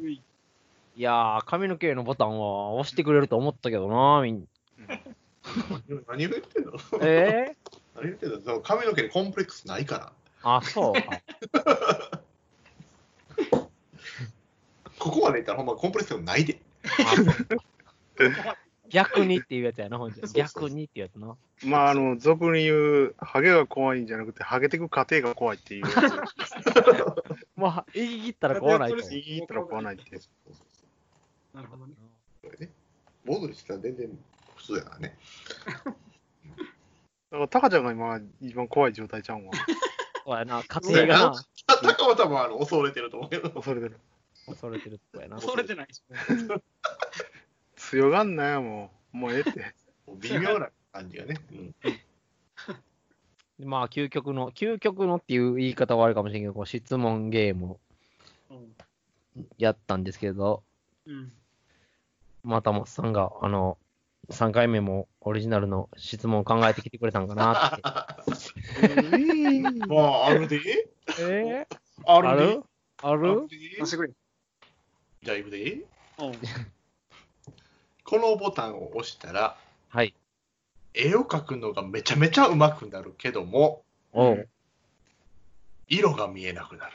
Speaker 2: ー、
Speaker 4: いやー、髪の毛のボタンは押してくれると思ったけどな、みんな。
Speaker 2: 何を言ってんの
Speaker 4: えー、
Speaker 2: 何言ってんのそう髪の毛にコンプレックスないから。
Speaker 4: あ、そうか。
Speaker 2: ここまでいったらほんまコンプレックスないで。
Speaker 4: あそう逆にっていうやつやな、ほんじゃ。逆にっていうやつな。
Speaker 3: まあ、あの、俗に言う、ハゲが怖いんじゃなくて、ハゲてく過程が怖いっていう。
Speaker 4: まあ、言い切ったら怖ないと。
Speaker 3: 言い切ったら怖ないっていう。
Speaker 5: なるほどね。
Speaker 2: これね。ボードにしたら全然普通やからね。
Speaker 3: だから、タカちゃんが今、一番怖い状態ちゃうんわ。
Speaker 4: そうやな、家庭がな、
Speaker 2: あたかは多分あの恐れてると思うけど。
Speaker 3: 恐れてる。
Speaker 4: 恐れてるとこやな。
Speaker 5: 恐れてないし。
Speaker 3: 強がんなよ、もう。もうええって。
Speaker 2: 微妙な感じがね。うん、
Speaker 4: まあ、究極の、究極のっていう言い方はあるかもしれんけど、こう質問ゲーム
Speaker 5: うん
Speaker 4: やったんですけど、
Speaker 5: うん。
Speaker 4: またもっさんが、あの、3回目もオリジナルの質問を考えてきてくれたんかなっ
Speaker 2: まあ、あるで
Speaker 4: て。 え
Speaker 2: あ
Speaker 4: あ
Speaker 2: るで
Speaker 4: るあ
Speaker 2: ある
Speaker 4: る
Speaker 2: で
Speaker 5: 出してくれ。
Speaker 2: じゃあ行くで
Speaker 5: うん。
Speaker 2: このボタンを押したら、
Speaker 4: はい。
Speaker 2: 絵を描くのがめちゃめちゃ上手くなるけども、
Speaker 4: おう。
Speaker 2: 色が見えなくなる。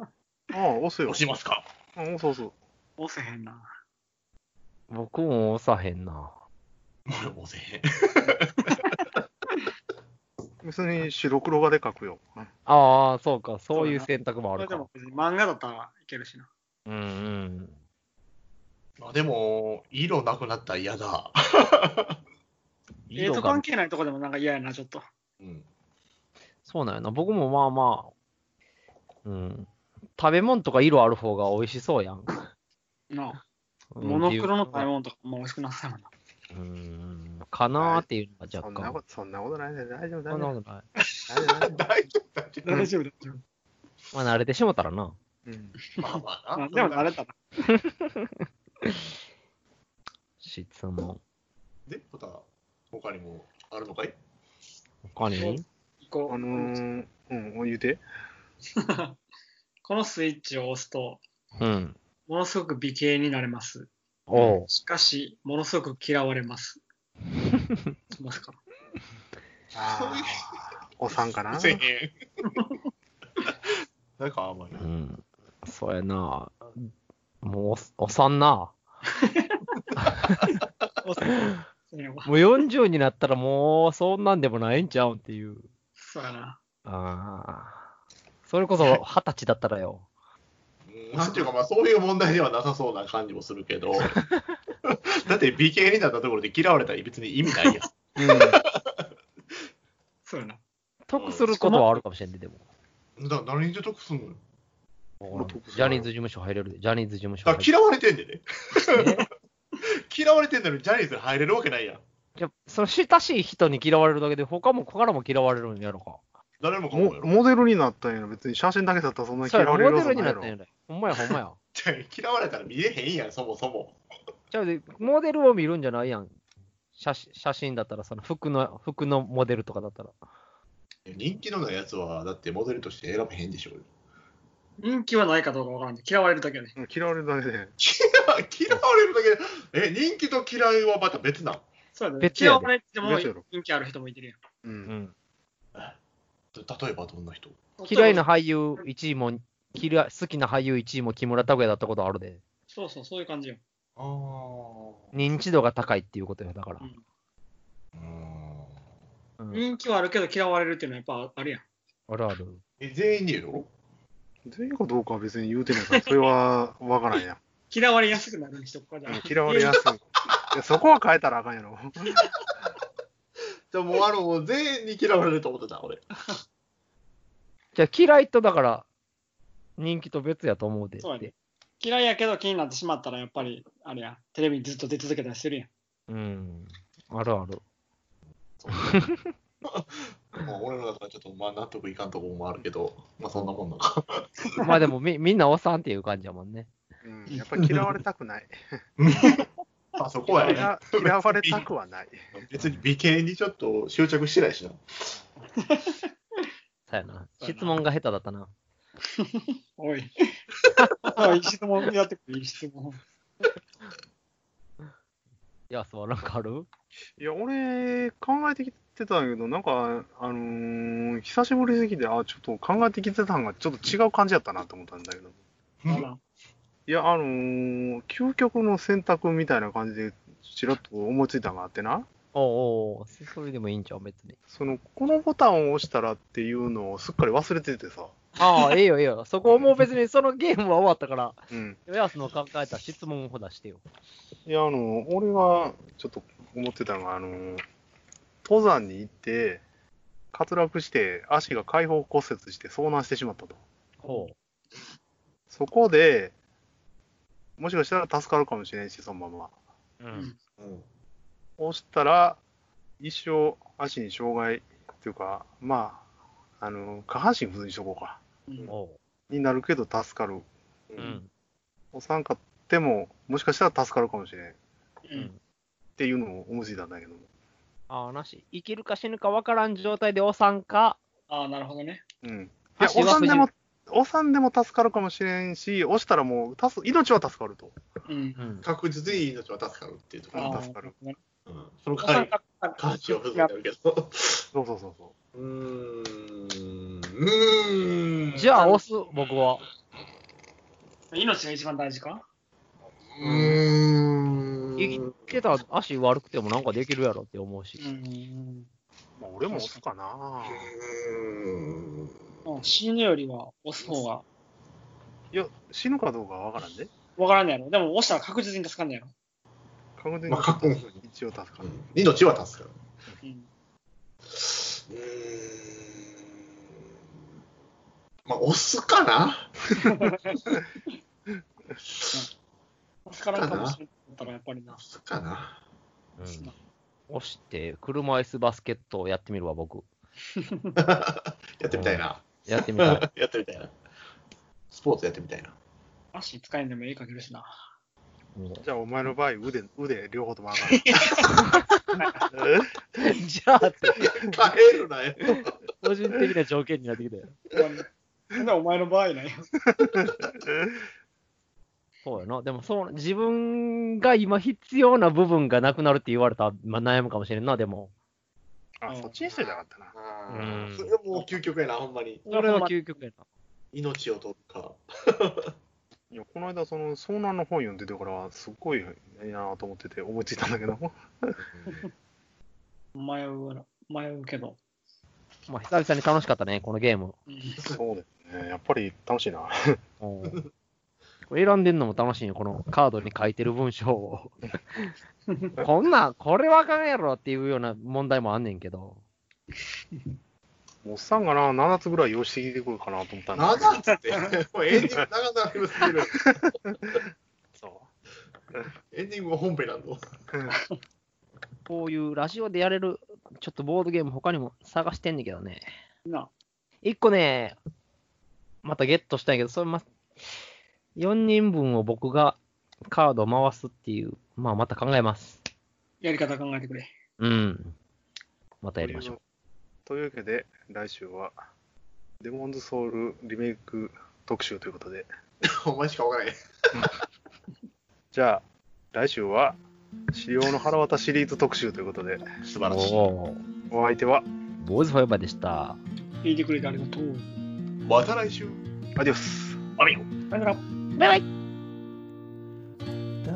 Speaker 3: ああ、押す
Speaker 2: ど
Speaker 3: よ
Speaker 2: う。しますか
Speaker 3: うん、押す押す。
Speaker 5: 押せへんな。
Speaker 4: 僕も押さへんな。
Speaker 2: 俺もせえへん。
Speaker 3: 別に白黒画で描くよ。うん
Speaker 4: ああ、そうか、そういう選択も
Speaker 5: こ
Speaker 4: あ
Speaker 5: れ
Speaker 4: る
Speaker 5: で
Speaker 4: か
Speaker 5: も。別に漫画だったらいけるしな。
Speaker 4: うんうん。
Speaker 2: まあでも、色なくなったら嫌だ。
Speaker 5: えーと関係ないとこでもなんか嫌やな、ちょっと。
Speaker 2: うん。
Speaker 4: そうなんやな。僕もまあまあ、うん。食べ物とか色ある方が美味しそうやん。
Speaker 5: なあ
Speaker 4: うん
Speaker 5: モノクロの食べ物とかも美味しくなさそうやもんな。
Speaker 4: うん。かなーっていうのが
Speaker 3: そ
Speaker 4: 若
Speaker 3: んな
Speaker 4: 干
Speaker 3: こ。と、そんなことないね。大丈夫、
Speaker 4: そ
Speaker 3: 大
Speaker 4: ん
Speaker 3: 丈
Speaker 4: なことない。
Speaker 3: 夫。大丈夫。
Speaker 2: 大丈夫、大丈
Speaker 3: うん
Speaker 5: 大丈夫だ。
Speaker 4: まあ慣れてしもたらな。
Speaker 3: うん
Speaker 2: 夫。まあまあ
Speaker 5: あ
Speaker 2: な。
Speaker 5: でも慣れたな。
Speaker 4: 質問。
Speaker 2: で、また、他にもあるのかい
Speaker 4: 他に
Speaker 5: こう
Speaker 3: あのー、うん、言うて。
Speaker 5: このスイッチを押すと、
Speaker 4: うん。
Speaker 5: ものすごく美形になれます。
Speaker 4: おう。
Speaker 5: しかし、ものすごく嫌われ ます。しますか
Speaker 3: ああ、おさんかな。
Speaker 2: 千円。 なんか甘いな。
Speaker 4: うん。そうやな。もうお、おさんな。
Speaker 5: そうやわ
Speaker 4: もう40になったらもう、そんなんでもないんちゃうんっていう。
Speaker 5: そうやな。
Speaker 4: ああ。それこそ二十歳だったらよ。
Speaker 2: うんなんていうか、まあそういう問題ではなさそうな感じもす るけど、だって美形になったところで嫌われたら別に意 味ないやん。
Speaker 5: そうやな。
Speaker 4: 得することはあるかもしれんね、でも。
Speaker 2: だから何で得すんのよ
Speaker 3: もう得する
Speaker 4: ジャニーズ事務所入れるで、ジャニーズ事務所
Speaker 2: だ
Speaker 4: 入
Speaker 2: から
Speaker 4: れる。
Speaker 2: 嫌われてんでね。嫌われてんのにジャニーズに入れるわけないやん。
Speaker 4: いやその親しい人に嫌われるだけで、他も他からも嫌われるんやろか。
Speaker 2: 誰もかも
Speaker 3: も
Speaker 2: やろ。
Speaker 3: モデルになったんやろ。別に写真だけだったらそんなに
Speaker 4: そう
Speaker 3: 嫌わ
Speaker 4: や、モデ
Speaker 3: れるわ
Speaker 4: ル
Speaker 3: け
Speaker 4: に
Speaker 3: ないやろ
Speaker 4: なったん。やろ。ほんまや、ほんまや。
Speaker 2: 嫌われたら見えへんやん、そもそも。
Speaker 4: じゃあ、モデルを見るんじゃないやん。写真写真だったら、その服の、服のモデルとかだったら。
Speaker 2: 人気のないやつは、だってモデルとして選べへんでしょ。
Speaker 5: 人気はないかどうかわからんけど、嫌われるだけね。
Speaker 3: うん嫌われるだけで。
Speaker 2: 嫌われるだけで、え、人気と嫌いはまた別なん。
Speaker 5: そうやで。
Speaker 4: 別や
Speaker 5: 嫌
Speaker 4: で
Speaker 5: われても
Speaker 3: 別やろ
Speaker 5: 人気ある人もいてるやん。
Speaker 3: う。
Speaker 4: うんん。
Speaker 2: 例えばどんな人
Speaker 4: 嫌いな俳優1位も、嫌い好きな俳優1位も木村拓哉だったことあるで。
Speaker 5: そうそう、そういう感じよ。
Speaker 2: ああ。
Speaker 4: 認知度が高いっていうことよ、だから。
Speaker 2: うん。
Speaker 4: うん。
Speaker 5: 人気はあるけど嫌われるっていうのはやっぱあるやん。
Speaker 4: あるある。
Speaker 2: え、全員にやろ
Speaker 3: 全員かどうかは別に言うてないから、それはわからんや。
Speaker 5: 嫌われやすくなるにしとくかじゃあ。
Speaker 3: 嫌われやすい。いやそこは変えたらあかんやろ。
Speaker 2: じゃあもうあの、もう全員に嫌われると思ってた、俺。
Speaker 4: じゃあ嫌いとだから、人気と別やと思うでって。
Speaker 5: そうやね嫌いやけど気になってしまったら、やっぱり、あれや、テレビにずっと出続けたりするやん。
Speaker 4: うん。あるある。
Speaker 2: もう俺の中ではちょっとまあ納得いかんところもあるけど、まあそんなもんなの か。
Speaker 4: まあでもみみんなおっさんっていう感じやもんね。
Speaker 3: うん、やっぱり嫌われたくない。
Speaker 2: あそこ
Speaker 3: 嫌
Speaker 2: は
Speaker 3: われ
Speaker 2: ね、
Speaker 3: 嫌われたくはない。
Speaker 2: 別に美形にちょっと執着してないしな。
Speaker 4: そうやな。
Speaker 5: そうやな
Speaker 4: 質問が下手だったな。
Speaker 5: お い。おい、質問やってくる、いい質問。
Speaker 4: いや、そう、なんかある
Speaker 3: いや、俺、考えてきてたんやけど、なんか、あのー久しぶりすぎて、あ、ちょっと考えてきてたんがちょっと違う感じやったなと思ったんだけど。
Speaker 5: あら
Speaker 3: いや、あのー究極の選択みたいな感じで、ちらっと思いついたのがあってな。
Speaker 4: おうおうそれでもいいんちゃう別に。
Speaker 3: その、このボタンを押したらっていうのをすっかり忘れててさ。
Speaker 4: ああ、ええよ、ええよ。そこはもう別にそのゲームは終わったから、
Speaker 3: うん。
Speaker 4: ウェアスの考えた質問を出してよ。
Speaker 3: いや、あのー俺がちょっと思ってたのが、あのー登山に行って、滑落して足が開放骨折して遭難してしまったと。
Speaker 4: ほう。
Speaker 3: そこで、もしかしたら助かるかもしれんし、そのまま。
Speaker 4: うん。
Speaker 2: うん
Speaker 3: こうしたら、一生足に障害っていうか、まあ、あの、下半身不随にしとこうか。
Speaker 5: うん
Speaker 4: おう。
Speaker 3: になるけど助かる。
Speaker 2: う
Speaker 4: うんん。
Speaker 3: おさんかっても、もしかしたら助かるかもしれん。っ
Speaker 5: うん
Speaker 3: ていうのを思いついたんだけども。
Speaker 4: ああ、なし。生きるか死ぬか分からん状態でお産か。
Speaker 5: ああ、なるほどね。
Speaker 3: うん。いや、
Speaker 4: 足
Speaker 3: お
Speaker 4: は
Speaker 3: さん
Speaker 4: 不自
Speaker 3: でも、おさんでも助かるかもしれんし、押したらもう、助命は助かると。
Speaker 5: うん。
Speaker 4: うん。
Speaker 2: 確実に命は助かるっていうところ
Speaker 5: あ
Speaker 2: だ
Speaker 5: あ、
Speaker 3: 助かる
Speaker 5: なる
Speaker 2: うんその
Speaker 5: ほどねお子さん
Speaker 2: 代
Speaker 5: か
Speaker 2: わり、関心は不足になるけど。
Speaker 3: そうそうそうそう
Speaker 2: ーん。うーん。
Speaker 4: じゃあ押す、僕は。
Speaker 5: 命が一番大事か
Speaker 2: うーん。
Speaker 4: 生きてたら足悪くてもなんかできるやろって思うし。
Speaker 5: ん。
Speaker 3: う。まあ、俺も押すかな。
Speaker 2: う
Speaker 5: うん死ぬよりは押す方が
Speaker 3: いや、死ぬかどうかはわからんで。
Speaker 5: 分からんのやろ。でも押したら確実に助かんのやろ。
Speaker 3: 確実に
Speaker 2: まあ確実
Speaker 3: 一応助か
Speaker 2: ー
Speaker 3: る。
Speaker 2: ん命は助か
Speaker 5: う
Speaker 2: る。
Speaker 5: ん。
Speaker 2: うーん。まあ、押すかな
Speaker 5: 助からんかもしれんと思ったらやっぱりな
Speaker 2: 押。すかな
Speaker 4: うん押して、車椅子バスケットをやってみるわ、僕。
Speaker 2: やってみたいな。
Speaker 4: やってみ たい。
Speaker 2: やってみたいな。スポーツやってみたいな。
Speaker 5: 足使えんでも絵描けるしな。
Speaker 4: うん
Speaker 3: じゃあ、お前の場合、腕、腕、両方とも上がる。
Speaker 4: じゃあって、
Speaker 2: 帰るなよ。
Speaker 4: 個人的な条件になってきたよ。
Speaker 5: ほんでお前の場合なんや。
Speaker 4: そうやな。でもそう、自分が今必要な部分がなくなるって言われたら、まあ、悩むかもしれんな、でも。
Speaker 3: あ、そっちにしてじゃなかったな。
Speaker 4: ーん
Speaker 2: それはもう究極やな、ほんまに。
Speaker 4: それは究極やな。
Speaker 2: 命を取るか。
Speaker 3: いや、この間、その、遭難の本読んでたから、すっごいいいなと思ってて、思いついたんだけど。
Speaker 5: 迷うな、迷うけど。
Speaker 4: まあ、久々に楽しかったね、このゲーム。
Speaker 5: うん
Speaker 3: そうですね。やっぱり楽しいな。
Speaker 4: うんこれ選んでんのも楽しいよ、このカードに書いてる文章 を。こんなん、これわかんやろっていうような問題もあんねんけど。
Speaker 3: おっさんがな、7つぐらい用意してきてくるかなと思ったんだ
Speaker 2: な
Speaker 3: けど
Speaker 2: んだって。もうエンディング長々ありますぎる。
Speaker 3: そう
Speaker 2: エンディングも本編なんだ。
Speaker 4: こういうラジオでやれる、ちょっとボードゲーム他にも探してんねんけどね。
Speaker 5: な、
Speaker 4: 一個ね、またゲットしたんやけど、それま、4人分を僕がカードを回すっていう、まあまた考えます。
Speaker 5: やり方考えてくれ。
Speaker 4: うん。またやりましょう。
Speaker 3: というわけで、来週は、デモンズソウルリメイク特集ということで、
Speaker 2: お前しかわからへん。
Speaker 3: じゃあ、来週は、資料の腹渡しシリーズ特集ということで、
Speaker 2: 素晴らしい。
Speaker 4: おー
Speaker 3: お相手は、
Speaker 4: ボーイズファイバーでした。
Speaker 5: 聞いてくれてありがとう。
Speaker 2: また来週。
Speaker 3: アディオス
Speaker 5: さよなら。
Speaker 6: た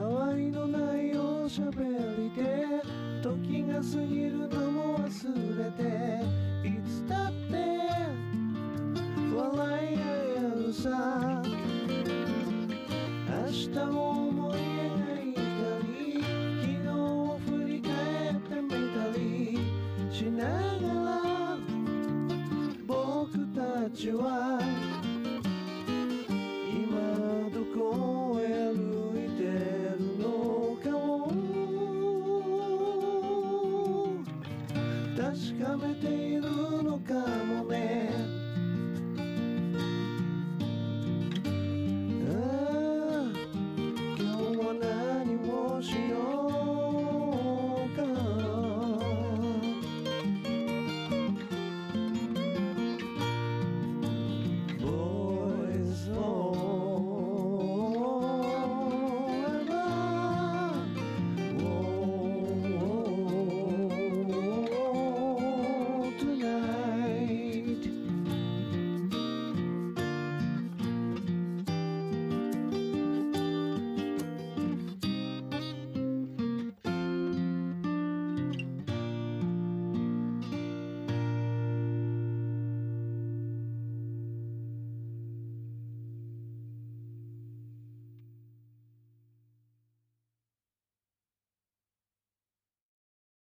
Speaker 6: わいのないおしゃべりで時が過ぎるのも忘れていつだって笑い合えるさ明日をめて